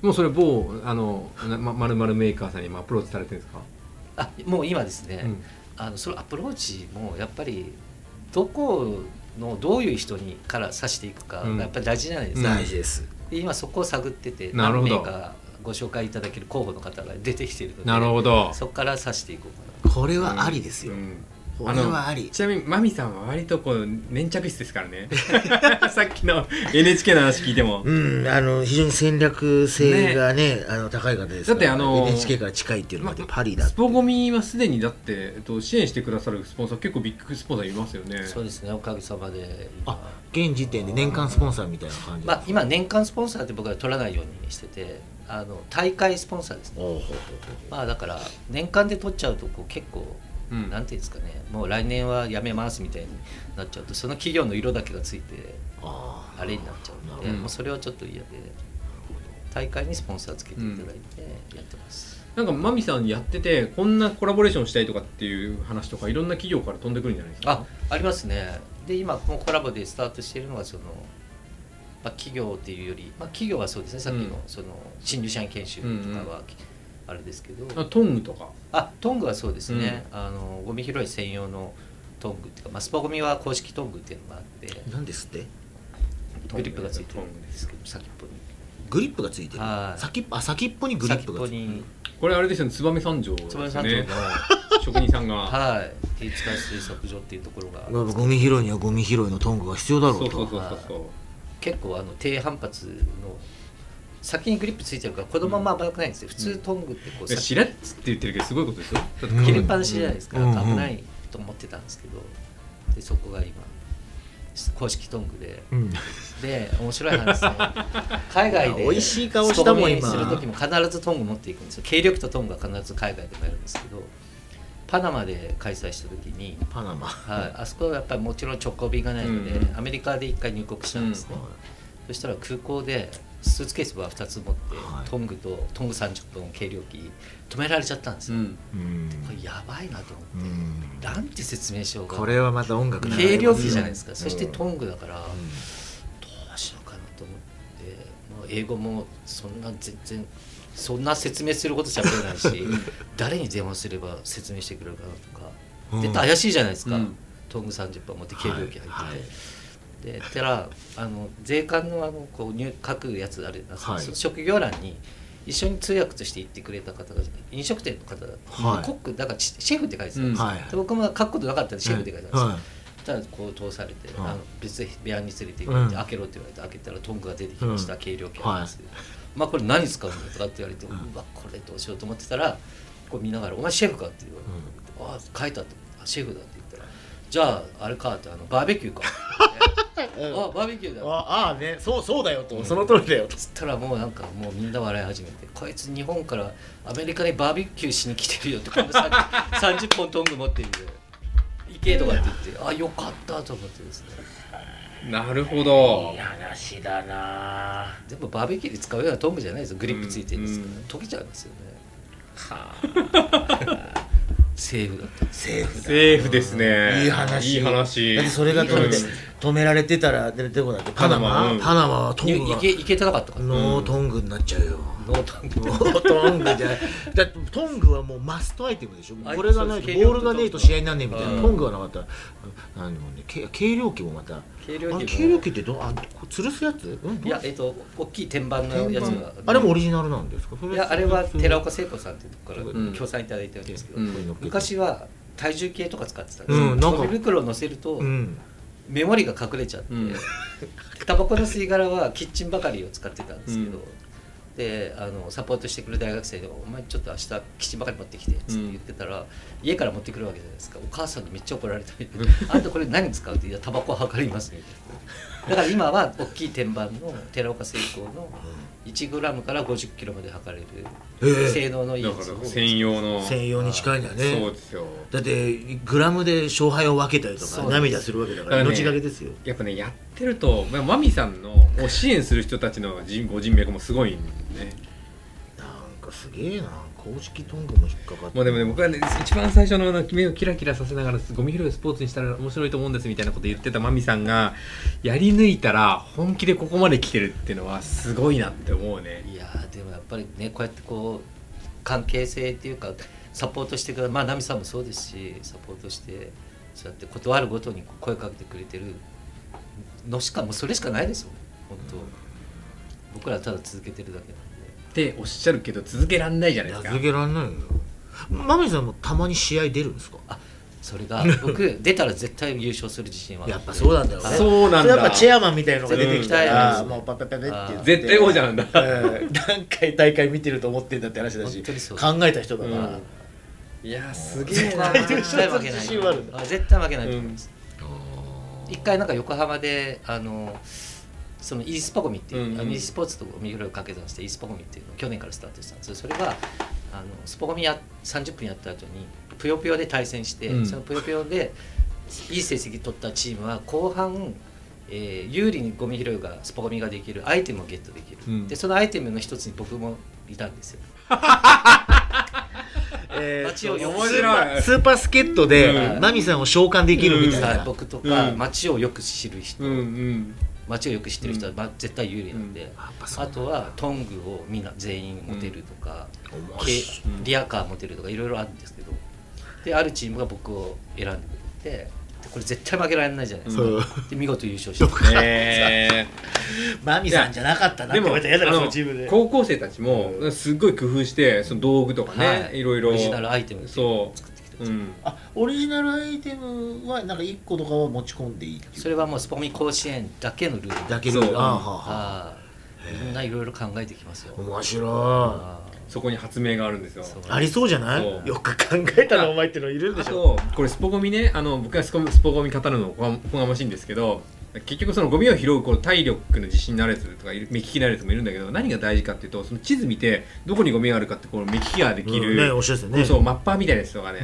[SPEAKER 3] もうそれ某あのなままるまるメーカーさんに今アプローチされてるんですか、
[SPEAKER 4] あもう今ですね、
[SPEAKER 3] うん
[SPEAKER 4] あのそのアプローチもやっぱりどこのどういう人にから指していくか
[SPEAKER 3] うん
[SPEAKER 4] がやっぱり大事じゃないですか、
[SPEAKER 2] 大事です、
[SPEAKER 4] で今そこを探ってて
[SPEAKER 3] なるほど
[SPEAKER 4] 何名かご紹介いただける候補の方が出てきてるので
[SPEAKER 3] なるほど
[SPEAKER 4] そこから指していこうかな
[SPEAKER 2] これはありですよ、
[SPEAKER 3] ん
[SPEAKER 2] これはあり
[SPEAKER 3] ちなみにマミさんは割とこう粘着質ですから ねさっきの NHK の話聞いても
[SPEAKER 2] うん、あの非常に戦略性がねあの高い方です
[SPEAKER 3] だ
[SPEAKER 2] から
[SPEAKER 3] ってあの
[SPEAKER 2] NHK から近いっていうのもあって
[SPEAKER 3] ま
[SPEAKER 2] パリだっ
[SPEAKER 3] ス
[SPEAKER 2] て
[SPEAKER 3] ポゴミはすでにだって、えっと、支援してくださるスポンサー結構ビッグスポンサーいますよね
[SPEAKER 4] そうですねおかげさまで
[SPEAKER 2] あ
[SPEAKER 4] 今
[SPEAKER 2] 現時点で年間スポンサーみたいな感じ
[SPEAKER 4] まあ、今年間スポンサーって僕は取らないようにしててあの大会スポンサーですね
[SPEAKER 2] おうほうほう
[SPEAKER 4] まあだから年間で取っちゃうとこう結構
[SPEAKER 3] うん
[SPEAKER 4] なんていうんですかねもう来年はやめますみたいになっちゃうとその企業の色だけがついて
[SPEAKER 2] ほうあー
[SPEAKER 4] あれになっちゃうので、
[SPEAKER 3] うん
[SPEAKER 4] もうそれはちょっと嫌で大会にスポンサーつけていただいてやってます、
[SPEAKER 3] なんかマミさんやっててこんなコラボレーションしたいとかっていう話とかいろんな企業から飛んでくるんじゃないですか
[SPEAKER 4] あありますねで今このコラボでスタートしているのがその、まあ、企業っていうより、まあ、企業はそうですねさっき
[SPEAKER 3] うん
[SPEAKER 4] のその新入社員研修とかはあれですけど、
[SPEAKER 3] あトングとか
[SPEAKER 4] あトングはそうですね、あのゴミ拾い専用のトングっていうか、まあ、スパゴミは公式トングっていうのがあって
[SPEAKER 2] なんですって
[SPEAKER 4] グリップがついて
[SPEAKER 3] ト
[SPEAKER 4] る
[SPEAKER 3] ング
[SPEAKER 4] ん
[SPEAKER 3] で
[SPEAKER 4] ですすけど先っぽに
[SPEAKER 2] グリップがついてる
[SPEAKER 4] はい
[SPEAKER 2] 先っぽあ先っぽにグリップ
[SPEAKER 4] 先っ
[SPEAKER 2] が
[SPEAKER 4] ぽ
[SPEAKER 2] ついてる
[SPEAKER 4] に
[SPEAKER 3] これあれですよね燕三条です
[SPEAKER 4] つば
[SPEAKER 3] よ
[SPEAKER 4] めさんとの、
[SPEAKER 3] ね職人さん が
[SPEAKER 4] はい手塚水作所っていうところが
[SPEAKER 2] まあゴミ拾いにはゴミ拾いのトングが必要だろ
[SPEAKER 3] そううそう
[SPEAKER 2] と
[SPEAKER 3] そうそうそう
[SPEAKER 4] 結構あの低反発の先にグリップついてるから子供はまあ危なくないんですよ、普通トングってこう
[SPEAKER 3] いや
[SPEAKER 4] 先
[SPEAKER 3] しれっつって言ってるけどすごいことですよだって
[SPEAKER 2] うん
[SPEAKER 4] 切れっぱなしじゃないですか、
[SPEAKER 2] うん
[SPEAKER 4] 危ないと思ってたんですけどでそこが今公式トングで
[SPEAKER 2] うん
[SPEAKER 4] で面白い話ね海外で
[SPEAKER 2] 美味しい顔したもん今
[SPEAKER 4] スポコンにする時も必ずトング持っていくんですよ軽力とトングは必ず海外でもやるんですけどパナマで開催した時に、
[SPEAKER 2] パナマ
[SPEAKER 4] はい、あそこはやっぱりもちろん直行便がないので、
[SPEAKER 3] うん
[SPEAKER 4] アメリカで一回入国したんですね、そしたら空港でスーツケースは2つ持って、
[SPEAKER 2] はい
[SPEAKER 4] トングとトング30分計量機止められちゃったんです
[SPEAKER 3] う
[SPEAKER 4] よ、
[SPEAKER 3] ん
[SPEAKER 2] うん
[SPEAKER 4] これやばいなと思
[SPEAKER 2] う
[SPEAKER 4] って、
[SPEAKER 2] ん
[SPEAKER 4] なんて説明しようか
[SPEAKER 2] これはまた音楽流れますよ
[SPEAKER 4] 軽量機じゃないですか、そして
[SPEAKER 2] うん
[SPEAKER 4] トングだから、
[SPEAKER 2] うん
[SPEAKER 4] どうしようかなと思ってもう英語もそんな全然そんな説明することしゃべれないし誰に電話すれば説明してくれるかなとか、
[SPEAKER 2] うん
[SPEAKER 4] 絶対怪しいじゃないですか、
[SPEAKER 3] うん
[SPEAKER 4] トング30本持って軽量機入ってて、
[SPEAKER 2] はいはい
[SPEAKER 4] で言ったらあの税関のあのこう入書くやつあれ、
[SPEAKER 2] はい
[SPEAKER 4] その職業欄に一緒に通訳として行ってくれた方が飲食店の方だった、
[SPEAKER 2] はい
[SPEAKER 4] コックだからチシェフって書いてたんですよ、
[SPEAKER 2] はい
[SPEAKER 4] で僕も書くことなかったんでシェフって書いてたんですよ、
[SPEAKER 2] はい
[SPEAKER 4] ただこう通されて、
[SPEAKER 2] はい
[SPEAKER 4] あの別に部屋に連れて行
[SPEAKER 2] う
[SPEAKER 4] っ
[SPEAKER 2] ん
[SPEAKER 4] て、開けろって言われて開けたらトングが出てきました、
[SPEAKER 2] うん
[SPEAKER 4] 軽量計なんです、まあこれ何使うんだとかって言われて、
[SPEAKER 2] う
[SPEAKER 4] うんわこれどうしようと思ってたらこう見ながら「お前シェフか?」って言われて「ああ書いた」って「あシェフだ」って言ったら「じゃああれか」ってあのバーベキューか、
[SPEAKER 2] うん
[SPEAKER 4] あバーベキューだっ
[SPEAKER 2] ああねそうそうだよと、その通りだよと
[SPEAKER 4] つったらもうなんかもうみんな笑い始めてこいつ日本からアメリカにバーベキューしに来てるよってこのさ 30本トング持ってるよ行けとかって言ってあよかったと思ってですね
[SPEAKER 3] なるほど
[SPEAKER 2] いい話だな
[SPEAKER 4] 全部バーベキューで使うようなトングじゃないですよグリップついてるんですから、
[SPEAKER 3] うん
[SPEAKER 4] 溶けちゃいますよね
[SPEAKER 2] は
[SPEAKER 4] セーフだった
[SPEAKER 2] セーフだ
[SPEAKER 3] セーフですね
[SPEAKER 2] いい話
[SPEAKER 3] いい話
[SPEAKER 2] だってそれが止め,、
[SPEAKER 3] うん
[SPEAKER 2] 止められてたらでどこだっけパナ
[SPEAKER 3] パナ
[SPEAKER 2] マ
[SPEAKER 3] マうん
[SPEAKER 2] パナマはトング
[SPEAKER 4] い
[SPEAKER 2] が
[SPEAKER 4] けいけてなかったから、
[SPEAKER 2] ノートングになっちゃうよ、
[SPEAKER 4] ノートング
[SPEAKER 2] ノートングじゃないだってトングはもうマストアイテムでしょ
[SPEAKER 4] あ
[SPEAKER 2] これがない
[SPEAKER 4] そう
[SPEAKER 2] と
[SPEAKER 4] です
[SPEAKER 2] ボールがねえと試合になんねえみたい
[SPEAKER 4] うん
[SPEAKER 2] なトングがなかったらああのねけ軽量機もまた
[SPEAKER 4] 軽量機も
[SPEAKER 2] あ軽量機ってどうあこ吊るすやつ、うん、
[SPEAKER 4] いやえっと大きい天板の
[SPEAKER 2] 天
[SPEAKER 4] やつ
[SPEAKER 2] 板
[SPEAKER 4] が
[SPEAKER 2] あれもオリジナルなんですかそ
[SPEAKER 4] いやあれは寺
[SPEAKER 2] 岡
[SPEAKER 4] 岡聖子さんっていうところか
[SPEAKER 3] うん
[SPEAKER 4] ら協賛いただいてるんですけど、
[SPEAKER 3] うん
[SPEAKER 4] 昔は体重計とか使ってたんで
[SPEAKER 2] うん
[SPEAKER 4] す
[SPEAKER 2] なん
[SPEAKER 4] よ
[SPEAKER 2] か
[SPEAKER 4] 紙袋を乗せると
[SPEAKER 2] うん
[SPEAKER 4] 目盛りが隠れちゃって、
[SPEAKER 3] うん
[SPEAKER 4] タバコの吸い殻はキッチンばかりを使ってたんですけど、
[SPEAKER 3] うん
[SPEAKER 4] であのサポートしてくる大学生で「お前ちょっと明日キッチンばかり持ってきて」っつって言ってたら、家から持ってくるわけじゃないですかお母さんにめっちゃ怒られたみたいな「 あんたこれ何に使う?」って「いやタバコは測ります」みたいなだから今は大きい天板の寺岡製鋼の1グラムから5 0キロまで測れ
[SPEAKER 2] ええ
[SPEAKER 4] る性能のいい
[SPEAKER 3] だ
[SPEAKER 4] や
[SPEAKER 3] か
[SPEAKER 4] つを
[SPEAKER 3] ら専用の
[SPEAKER 2] 専用に近いんだよね
[SPEAKER 3] そうですよ
[SPEAKER 2] だってグラムで勝敗を分けたりと
[SPEAKER 4] そう
[SPEAKER 2] か
[SPEAKER 4] です
[SPEAKER 2] 涙するわけだから
[SPEAKER 3] だからね
[SPEAKER 2] 命がけですよ
[SPEAKER 3] やっぱねやってるとまあマミさんのを支援する人たちの人ご人脈もすごいんでね
[SPEAKER 2] なんかすげえな公式トングも引っかかって
[SPEAKER 3] もうでもね僕はね一番最初のあの目をキラキラさせながらゴミ拾いをスポーツにしたら面白いと思うんですみたいなこと言ってたマミさんがやり抜いたら本気でここまで来てるっていうのはすごいなって思うね
[SPEAKER 4] いやーでもやっぱりねこうやってこう関係性っていうかサポートしてくれまあ奈美さんもそうですしサポートしてそうやって断るごとにこう声かけてくれてるのしかもうそれしかないですよ本当、僕らはただ続けてるだけな
[SPEAKER 3] っておっしゃるけど続けらんないじゃないですか
[SPEAKER 2] 続けられないよマミさんもたまに試合出るんですか
[SPEAKER 4] んであそれが僕出たら絶対優勝する自信は
[SPEAKER 2] やっぱそうなんだよね
[SPEAKER 4] はい
[SPEAKER 3] そうなんだ
[SPEAKER 2] れやっぱチェアマンみたいのが出てきたら、
[SPEAKER 4] うん
[SPEAKER 2] もうパペパペって言って
[SPEAKER 3] 絶対王者なんだ
[SPEAKER 2] うん何回大会見てると思ってんだって話だし
[SPEAKER 4] 本当にそう
[SPEAKER 2] 考えた人だから、
[SPEAKER 3] うんいやすげえ
[SPEAKER 4] 絶
[SPEAKER 3] な
[SPEAKER 4] 対絶対負けない
[SPEAKER 2] 自信はあるんだ
[SPEAKER 4] あ絶対負けないと思います、一回なんか横浜であのその e スパゴミっていう、
[SPEAKER 3] うんうん
[SPEAKER 4] あの e スポーツとゴミ拾いを掛け算して e スパゴミっていうのを去年からスタートしたんですよそれがあのスポゴミや30分やった後にぷよぷよで対戦して、
[SPEAKER 3] うん
[SPEAKER 4] そのぷよぷよでいい成績取ったチームは後半、えー有利にゴミ拾いがスポゴミができるアイテムをゲットできる、
[SPEAKER 3] うん
[SPEAKER 4] でそのアイテムの一つに僕もいたんですよ
[SPEAKER 2] えー
[SPEAKER 4] 街を
[SPEAKER 2] そう
[SPEAKER 4] 面
[SPEAKER 3] 白い
[SPEAKER 2] スーパースケットで、
[SPEAKER 3] うん
[SPEAKER 2] マミさんを召喚できるみたい
[SPEAKER 4] はい
[SPEAKER 2] な、
[SPEAKER 4] 僕とか、
[SPEAKER 3] うん
[SPEAKER 4] 街をよく知る人、
[SPEAKER 3] うんうん
[SPEAKER 4] 街をよく知ってる人は、ま絶対有利なんで、
[SPEAKER 3] うん
[SPEAKER 2] やっぱそう
[SPEAKER 4] あとはトングをみんな全員持てるとか、
[SPEAKER 2] 面
[SPEAKER 4] け
[SPEAKER 2] 白い
[SPEAKER 3] うん
[SPEAKER 4] リアカー持てるとかいろいろあるんですけどであるチームが僕を選んでくれてでこれ絶対負けられないじゃないですか、
[SPEAKER 2] そう
[SPEAKER 4] で見事優勝して
[SPEAKER 3] え
[SPEAKER 2] マミさんじゃなかったなって
[SPEAKER 3] で
[SPEAKER 2] 思
[SPEAKER 3] も
[SPEAKER 2] ったら嫌だな
[SPEAKER 3] あ
[SPEAKER 2] そ
[SPEAKER 3] の
[SPEAKER 2] のチームで
[SPEAKER 3] 高校生たちもすっごい工夫してその道具とかね、
[SPEAKER 4] はい
[SPEAKER 3] い、ろいろ
[SPEAKER 4] オリジナルアイテムっていう
[SPEAKER 3] そ
[SPEAKER 4] のを作ってきて
[SPEAKER 3] う、うん、
[SPEAKER 2] あオリジナルアイテムはなんか1個とかは持ち込んでいいっていう
[SPEAKER 4] それはもうスポミ甲子園だけのルール
[SPEAKER 2] だけ
[SPEAKER 3] そ
[SPEAKER 2] ど
[SPEAKER 3] う
[SPEAKER 2] あーはあはあ
[SPEAKER 4] あーみんないろいろ考えてきますよ
[SPEAKER 2] 面白
[SPEAKER 4] あ
[SPEAKER 3] そこに発明があるんですよ
[SPEAKER 4] そう
[SPEAKER 2] いありそうじゃな
[SPEAKER 3] そう
[SPEAKER 2] いよく考えたらお前ってのいるんで
[SPEAKER 3] あ
[SPEAKER 2] しょ
[SPEAKER 3] とこれスポゴミねあの僕がスポスポゴミ語るのおこおこがましいんですけど結局そのゴミを拾うこの体力の自信のあるやつとかいる目利きのあるやつもいるんだけど何が大事かっていうとその地図見てどこにゴミがあるかってこう目利きができ
[SPEAKER 2] うんね
[SPEAKER 3] る、
[SPEAKER 2] おっしゃるですよね
[SPEAKER 3] そうマッパーみたいなやつとかね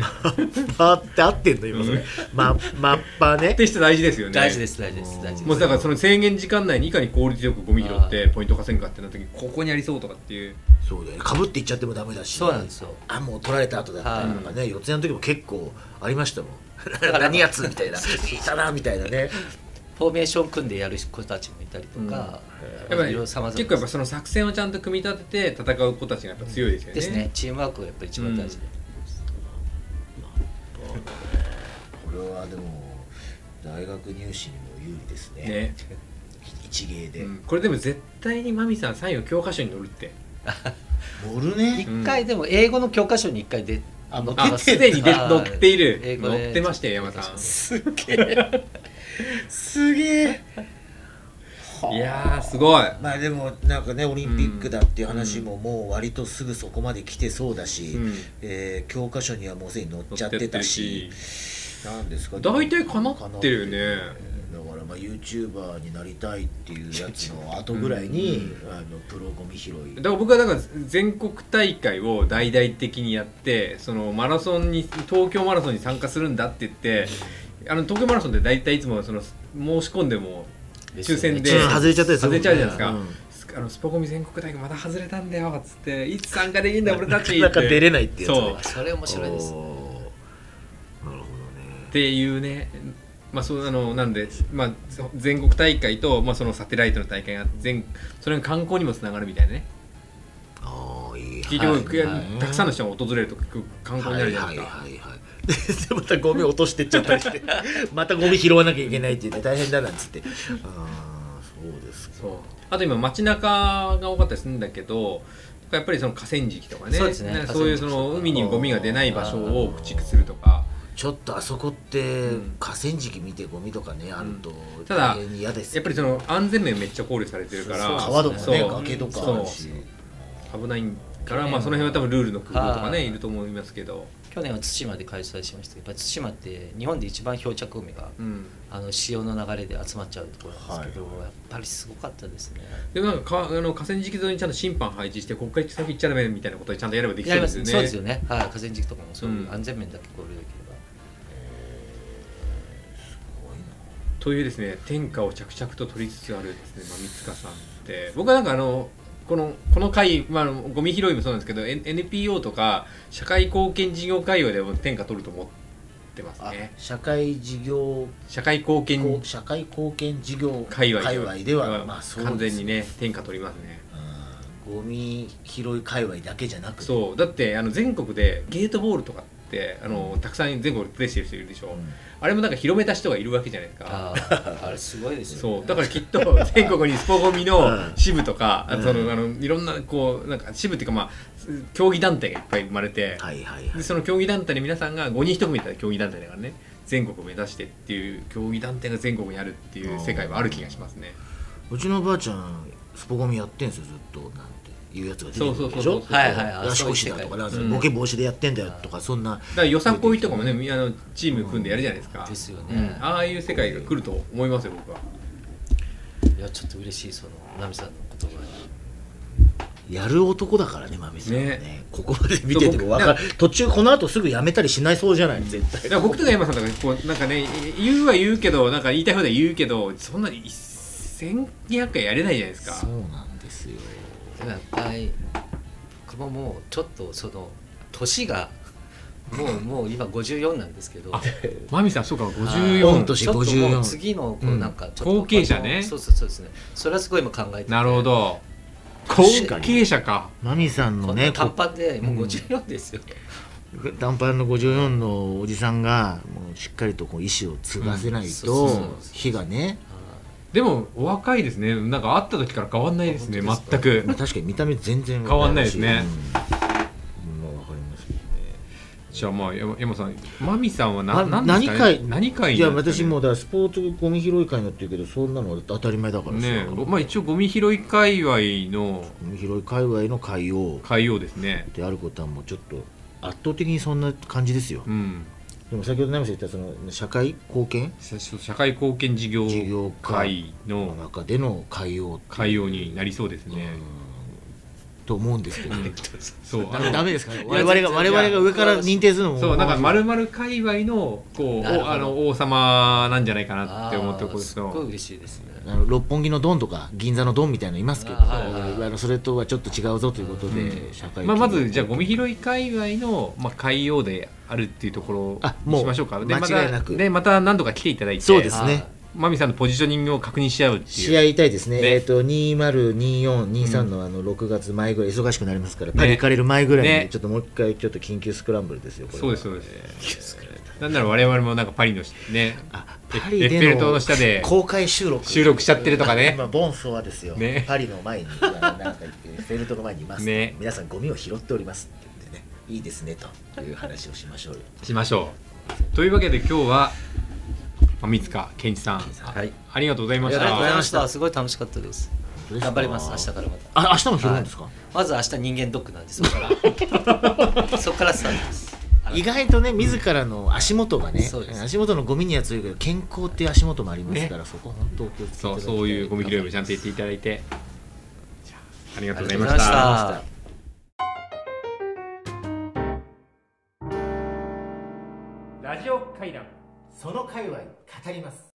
[SPEAKER 2] パーって合ってんの今それ、
[SPEAKER 3] うん
[SPEAKER 2] ま、マッパーね
[SPEAKER 3] って人大事ですよ
[SPEAKER 4] ー
[SPEAKER 3] ね
[SPEAKER 4] 大事です大事です大事です
[SPEAKER 3] もうだからその制限時間内にいかに効率よくゴミ拾ってポイント稼ぐかってなった時にここにありそうとかっていう
[SPEAKER 2] そうだよねかぶっていっちゃってもダメだし
[SPEAKER 4] そうなんですよ
[SPEAKER 2] あもう取られた後だったりとかね、四つ谷の時も結構ありましたもん
[SPEAKER 4] ら
[SPEAKER 2] 何やつみ たいな「いたな」みたいなね
[SPEAKER 4] フォーメーション組んでやる子たちもいたりとか、
[SPEAKER 3] やっぱ
[SPEAKER 4] い
[SPEAKER 3] り
[SPEAKER 4] ろいろ
[SPEAKER 3] 結
[SPEAKER 4] 様々
[SPEAKER 3] 構やっぱその作戦をちゃんと組み立てて戦う子たちがやっぱ強いですよね。
[SPEAKER 4] ですねチームワークがやっぱり一番大事で、
[SPEAKER 2] これはでも大学入試にも有利ですね
[SPEAKER 3] ね
[SPEAKER 2] 一芸で、
[SPEAKER 3] うんこれでも絶対にマミさんサインを教科書に載るって
[SPEAKER 2] 乗るね
[SPEAKER 4] 一回でも英語の教科書に一回出
[SPEAKER 2] あもう
[SPEAKER 3] あ
[SPEAKER 2] 出
[SPEAKER 3] す
[SPEAKER 2] て
[SPEAKER 3] で
[SPEAKER 2] ん
[SPEAKER 3] に
[SPEAKER 2] だ
[SPEAKER 3] で
[SPEAKER 4] あ
[SPEAKER 3] 載っている
[SPEAKER 4] 英語で
[SPEAKER 3] 載ってましたよ山さん
[SPEAKER 2] すげえすげえ
[SPEAKER 3] いやーすごい
[SPEAKER 2] まあでもなんかねオリンピックだっていう話ももう割とすぐそこまで来てそうだし、
[SPEAKER 3] うん
[SPEAKER 2] えー教科書にはもうすでに載っちゃ
[SPEAKER 3] 載
[SPEAKER 2] ってたしなんですか
[SPEAKER 3] 大体叶ってるよね
[SPEAKER 2] だからまが YouTuber になりたいっていうやつの後ぐらいに、あのプロゴミ拾い
[SPEAKER 3] だから僕はだから全国大会を大々的にやってそのマラソンに東京マラソンに参加するんだって言ってあの東京マラソンって大体いつもその申し込んでも抽選で
[SPEAKER 2] 抽選外れちゃったりす
[SPEAKER 3] 外
[SPEAKER 2] るもんね
[SPEAKER 3] れちゃうじゃないですか、
[SPEAKER 2] うん
[SPEAKER 3] あのスポコミ全国大会また外れたんだよっつっていつ参加できんだ俺たちって
[SPEAKER 2] なんか出れないってやつね
[SPEAKER 3] そう
[SPEAKER 4] あそれ面白いです
[SPEAKER 2] おーなるほ
[SPEAKER 3] っていうねまあそうあのなんで、まあ、そ全国大会と、まあ、そのサテライトの大会が全それが観光にもつながるみたいなね
[SPEAKER 2] どねああいい
[SPEAKER 3] 結局、
[SPEAKER 2] はいはい
[SPEAKER 3] たくさんの人が訪れると結局観光になるじゃないですか、
[SPEAKER 2] はいはいはいはい、 でまたゴミ落としてっちゃったりして またゴミ拾わなきゃいけないって言って大変だなんつってああそうですか
[SPEAKER 3] そうあと今街中が多かったりするんだけどやっぱりその河川敷とかね
[SPEAKER 4] そうですね
[SPEAKER 3] なんかそういうそ
[SPEAKER 4] 河川敷
[SPEAKER 3] の海にゴミが出ない場所を駆逐するとか
[SPEAKER 2] ちょっとあそこって
[SPEAKER 3] ん
[SPEAKER 2] 河川敷見てゴミとかねあると
[SPEAKER 3] ただ
[SPEAKER 2] 大変嫌です
[SPEAKER 3] や
[SPEAKER 2] よ、
[SPEAKER 3] っぱりその安全面めっちゃ考慮されてるから
[SPEAKER 4] そう
[SPEAKER 2] 川とか
[SPEAKER 3] そ
[SPEAKER 2] ね
[SPEAKER 3] う
[SPEAKER 2] 崖とかあるし
[SPEAKER 3] 危ないから、まあ、その辺は多分ルールの工夫とか
[SPEAKER 4] は
[SPEAKER 3] ね
[SPEAKER 4] い
[SPEAKER 3] いると思いますけど、
[SPEAKER 4] 去年は対馬で開催しましたけどやっぱり対馬って日本で一番漂着海が
[SPEAKER 3] うん、
[SPEAKER 4] あの潮の流れで集まっちゃうところなんですけど、
[SPEAKER 2] はい
[SPEAKER 4] やっぱりすごかったですね
[SPEAKER 3] でもなんかかあの河川敷沿いにちゃんと審判配置して国会先行っちゃダメみたいなことをちゃんとやればできそうですよね
[SPEAKER 4] そうですよね、はい、河川敷とかもそういううん安全面だけ考慮できれ ば、
[SPEAKER 3] というですね天下を着々と取りつつあるですね、まあ、三塚さんって僕はなんかあのこのこの回、まああの、ゴミ拾いもそうなんですけど N- NPO とか社会貢献事業界隈でも天下取ると思ってます
[SPEAKER 2] あ
[SPEAKER 3] ね
[SPEAKER 2] 社会事業
[SPEAKER 3] 社会貢献
[SPEAKER 2] こう社会貢献事業
[SPEAKER 3] 界隈
[SPEAKER 2] 界隈では、まあそうです
[SPEAKER 3] 完全にね天下取りますね
[SPEAKER 2] うんゴミ拾い界隈だけじゃなくて
[SPEAKER 3] そうだってあの全国でゲートボールとかってあのたくさん全国でプレーしてる人いるでしょ、
[SPEAKER 2] うん
[SPEAKER 3] あれもなんか広めた人がいるわけじゃないですか
[SPEAKER 4] あーあれすごいですよね
[SPEAKER 3] そうだからきっと 全国にスポゴミの支部とか、あ
[SPEAKER 2] うん
[SPEAKER 3] とそのあのいろんなこうなんか支部っていうかまあ競技団体がいっぱい生まれて、
[SPEAKER 2] はいはいは
[SPEAKER 3] で
[SPEAKER 2] い
[SPEAKER 3] その競技団体に皆さんが5人1組みたいな競技団体だからね全国を目指してっていう競技団体が全国にあるっていう世界はある気がしますね。
[SPEAKER 2] うちのばあちゃんスポゴミやってんすよずっとなんていうやつが出てくるでし
[SPEAKER 3] そうそうそう
[SPEAKER 2] ょ
[SPEAKER 3] そう
[SPEAKER 4] はいはいあ
[SPEAKER 2] やしこしだとかなんかボケ防止でやってんだよとかそんな
[SPEAKER 3] だからよさこいとかもねみあのチーム組んでやるじゃないですか。
[SPEAKER 4] ですよ
[SPEAKER 3] う
[SPEAKER 4] ね、
[SPEAKER 3] んああいう世界が来ると思いますよ僕は。
[SPEAKER 4] いやちょっと嬉しいその奈美さんの言葉に
[SPEAKER 2] やる男だからねまみさんはね
[SPEAKER 3] ね
[SPEAKER 2] ここまで見ててもわかる途中この後すぐやめたりしないそうじゃない絶対
[SPEAKER 3] だから僕とか山さんとかこうなんかね言うは言うけどなんか言いたいことは言うけどそんな1200回やれないじゃないですか
[SPEAKER 2] そうなんですよ
[SPEAKER 4] でもやっぱり僕ももうちょっとその 年がもうもう今54なんですけど
[SPEAKER 3] あ マミさんそうか
[SPEAKER 2] はい
[SPEAKER 3] 54
[SPEAKER 2] 御年
[SPEAKER 4] ちょっとも
[SPEAKER 2] 54
[SPEAKER 4] う次のこ
[SPEAKER 3] う
[SPEAKER 4] うんなんかちょっと
[SPEAKER 3] 後継者ね
[SPEAKER 4] そうそうそうですねそれはすごい今考えてて
[SPEAKER 3] なるほど後継者か
[SPEAKER 2] まみさん
[SPEAKER 4] こ
[SPEAKER 2] の
[SPEAKER 4] ん
[SPEAKER 2] ね
[SPEAKER 4] な
[SPEAKER 2] こ
[SPEAKER 4] 短パンでもう54ですよ、
[SPEAKER 2] 短パンの54のおじさんがもうしっかりとこう意思を継がせない
[SPEAKER 4] うんそうそうそう
[SPEAKER 2] と火がね
[SPEAKER 3] でもお若いですねなんか会った時から変わんないですね
[SPEAKER 4] あ本当
[SPEAKER 3] 全く
[SPEAKER 2] まあ確かに見た目全然
[SPEAKER 3] 変わんないですね
[SPEAKER 2] うんまあわかりますね
[SPEAKER 3] じゃあまあ山山さんマミさんはな
[SPEAKER 2] ま
[SPEAKER 3] 何ですかね
[SPEAKER 2] 何回
[SPEAKER 3] 何回
[SPEAKER 2] いや
[SPEAKER 3] なんです
[SPEAKER 2] 私
[SPEAKER 3] かね
[SPEAKER 2] もうだからスポーツゴミ拾い会になってるけどそんなの当たり前だからさ
[SPEAKER 3] ね
[SPEAKER 2] ゴ
[SPEAKER 3] まあ一応ゴミ拾い界隈の
[SPEAKER 2] ミ拾い界隈の会を
[SPEAKER 3] 海洋ですね
[SPEAKER 2] であることはもうちょっと圧倒的にそんな感じですよ、
[SPEAKER 3] うん
[SPEAKER 2] でも先ほど奈美さん言ったその社会貢献
[SPEAKER 3] 社社会貢献事業
[SPEAKER 2] 事業会
[SPEAKER 3] 会
[SPEAKER 2] の
[SPEAKER 3] の
[SPEAKER 2] 中での海洋
[SPEAKER 3] 海洋になりそうですね、
[SPEAKER 2] と思うんですけど、ね
[SPEAKER 3] そうあ
[SPEAKER 2] ダメ
[SPEAKER 3] の
[SPEAKER 2] ダメですかね
[SPEAKER 3] いや
[SPEAKER 2] 我々
[SPEAKER 3] 全
[SPEAKER 2] が
[SPEAKER 3] 然
[SPEAKER 2] 我々が上から認定するのも
[SPEAKER 3] そうなんか丸々界隈のこう
[SPEAKER 4] なるほ
[SPEAKER 3] お
[SPEAKER 4] ど
[SPEAKER 3] あの王様なんじゃないか
[SPEAKER 4] あ
[SPEAKER 3] な
[SPEAKER 4] ー
[SPEAKER 3] って思ってることです
[SPEAKER 4] すっごい
[SPEAKER 3] よ
[SPEAKER 4] 嬉しいですね
[SPEAKER 2] あの六本木のドンとか銀座のドンみたいなのいますけど
[SPEAKER 4] あはいはいはい
[SPEAKER 2] あのそれとはちょっと違うぞということで、
[SPEAKER 3] うん
[SPEAKER 2] 社会
[SPEAKER 3] まあ、まずじゃあゴミ拾い界隈の、まあ、海洋であるっていうところを
[SPEAKER 2] あもう
[SPEAKER 3] しましょうかでま
[SPEAKER 2] 間違い
[SPEAKER 3] た
[SPEAKER 2] なく
[SPEAKER 3] でまた何度か来ていただいて
[SPEAKER 2] そうですね
[SPEAKER 4] あ
[SPEAKER 3] マミさんのポジショニングを確認し合うって
[SPEAKER 2] 試
[SPEAKER 3] いう
[SPEAKER 2] 合痛いですね、
[SPEAKER 3] ね
[SPEAKER 2] えっ、と202423
[SPEAKER 3] うん
[SPEAKER 2] のあの6月前ぐらい、忙しくなりますから、
[SPEAKER 3] ね
[SPEAKER 2] パリ行かれる前ぐらいに、
[SPEAKER 3] ね
[SPEAKER 2] ちょっともう一回、ちょっと緊急スクランブルですよ、これは
[SPEAKER 3] そうですそうです、なんなら我々もなんかパリのね
[SPEAKER 2] あ
[SPEAKER 3] エ
[SPEAKER 2] パリで
[SPEAKER 3] エッフェル塔の下で
[SPEAKER 2] 公開収録、
[SPEAKER 3] 収録しちゃってるとかね
[SPEAKER 2] 今、ボンソワですよ、
[SPEAKER 3] ね
[SPEAKER 2] パリの 前に、あのなんかエッフェルトの前にいます、
[SPEAKER 3] ね
[SPEAKER 2] 皆さん、ゴミを拾っておりますって言ってね、いいですねという話をしましょうよ。
[SPEAKER 3] しましょうというわけで今日はまあ三塚健一さん
[SPEAKER 2] さん
[SPEAKER 3] あありがとうございま
[SPEAKER 4] り
[SPEAKER 3] し
[SPEAKER 4] がとうござい
[SPEAKER 3] た
[SPEAKER 4] ましたすごい楽しかったです
[SPEAKER 2] 当ですか
[SPEAKER 4] 頑張ります明日からまた
[SPEAKER 2] あ明日も拾うんですか、
[SPEAKER 4] まず明日人間ドックなんでそこからそこからスタートです
[SPEAKER 2] 意外とね自らの足元がね、
[SPEAKER 4] そうです
[SPEAKER 2] 足元のゴミには強いけど健康っていう足元もありますから、そこ本当お気をつけていた
[SPEAKER 3] そ
[SPEAKER 2] だ
[SPEAKER 3] う
[SPEAKER 2] きた
[SPEAKER 3] そういうゴミ拾いもちゃんと言っていただいてありがとうございまし
[SPEAKER 4] ありがとうございました
[SPEAKER 3] た
[SPEAKER 2] ありがとうございました
[SPEAKER 3] ラジオ会談
[SPEAKER 2] その界隈語ります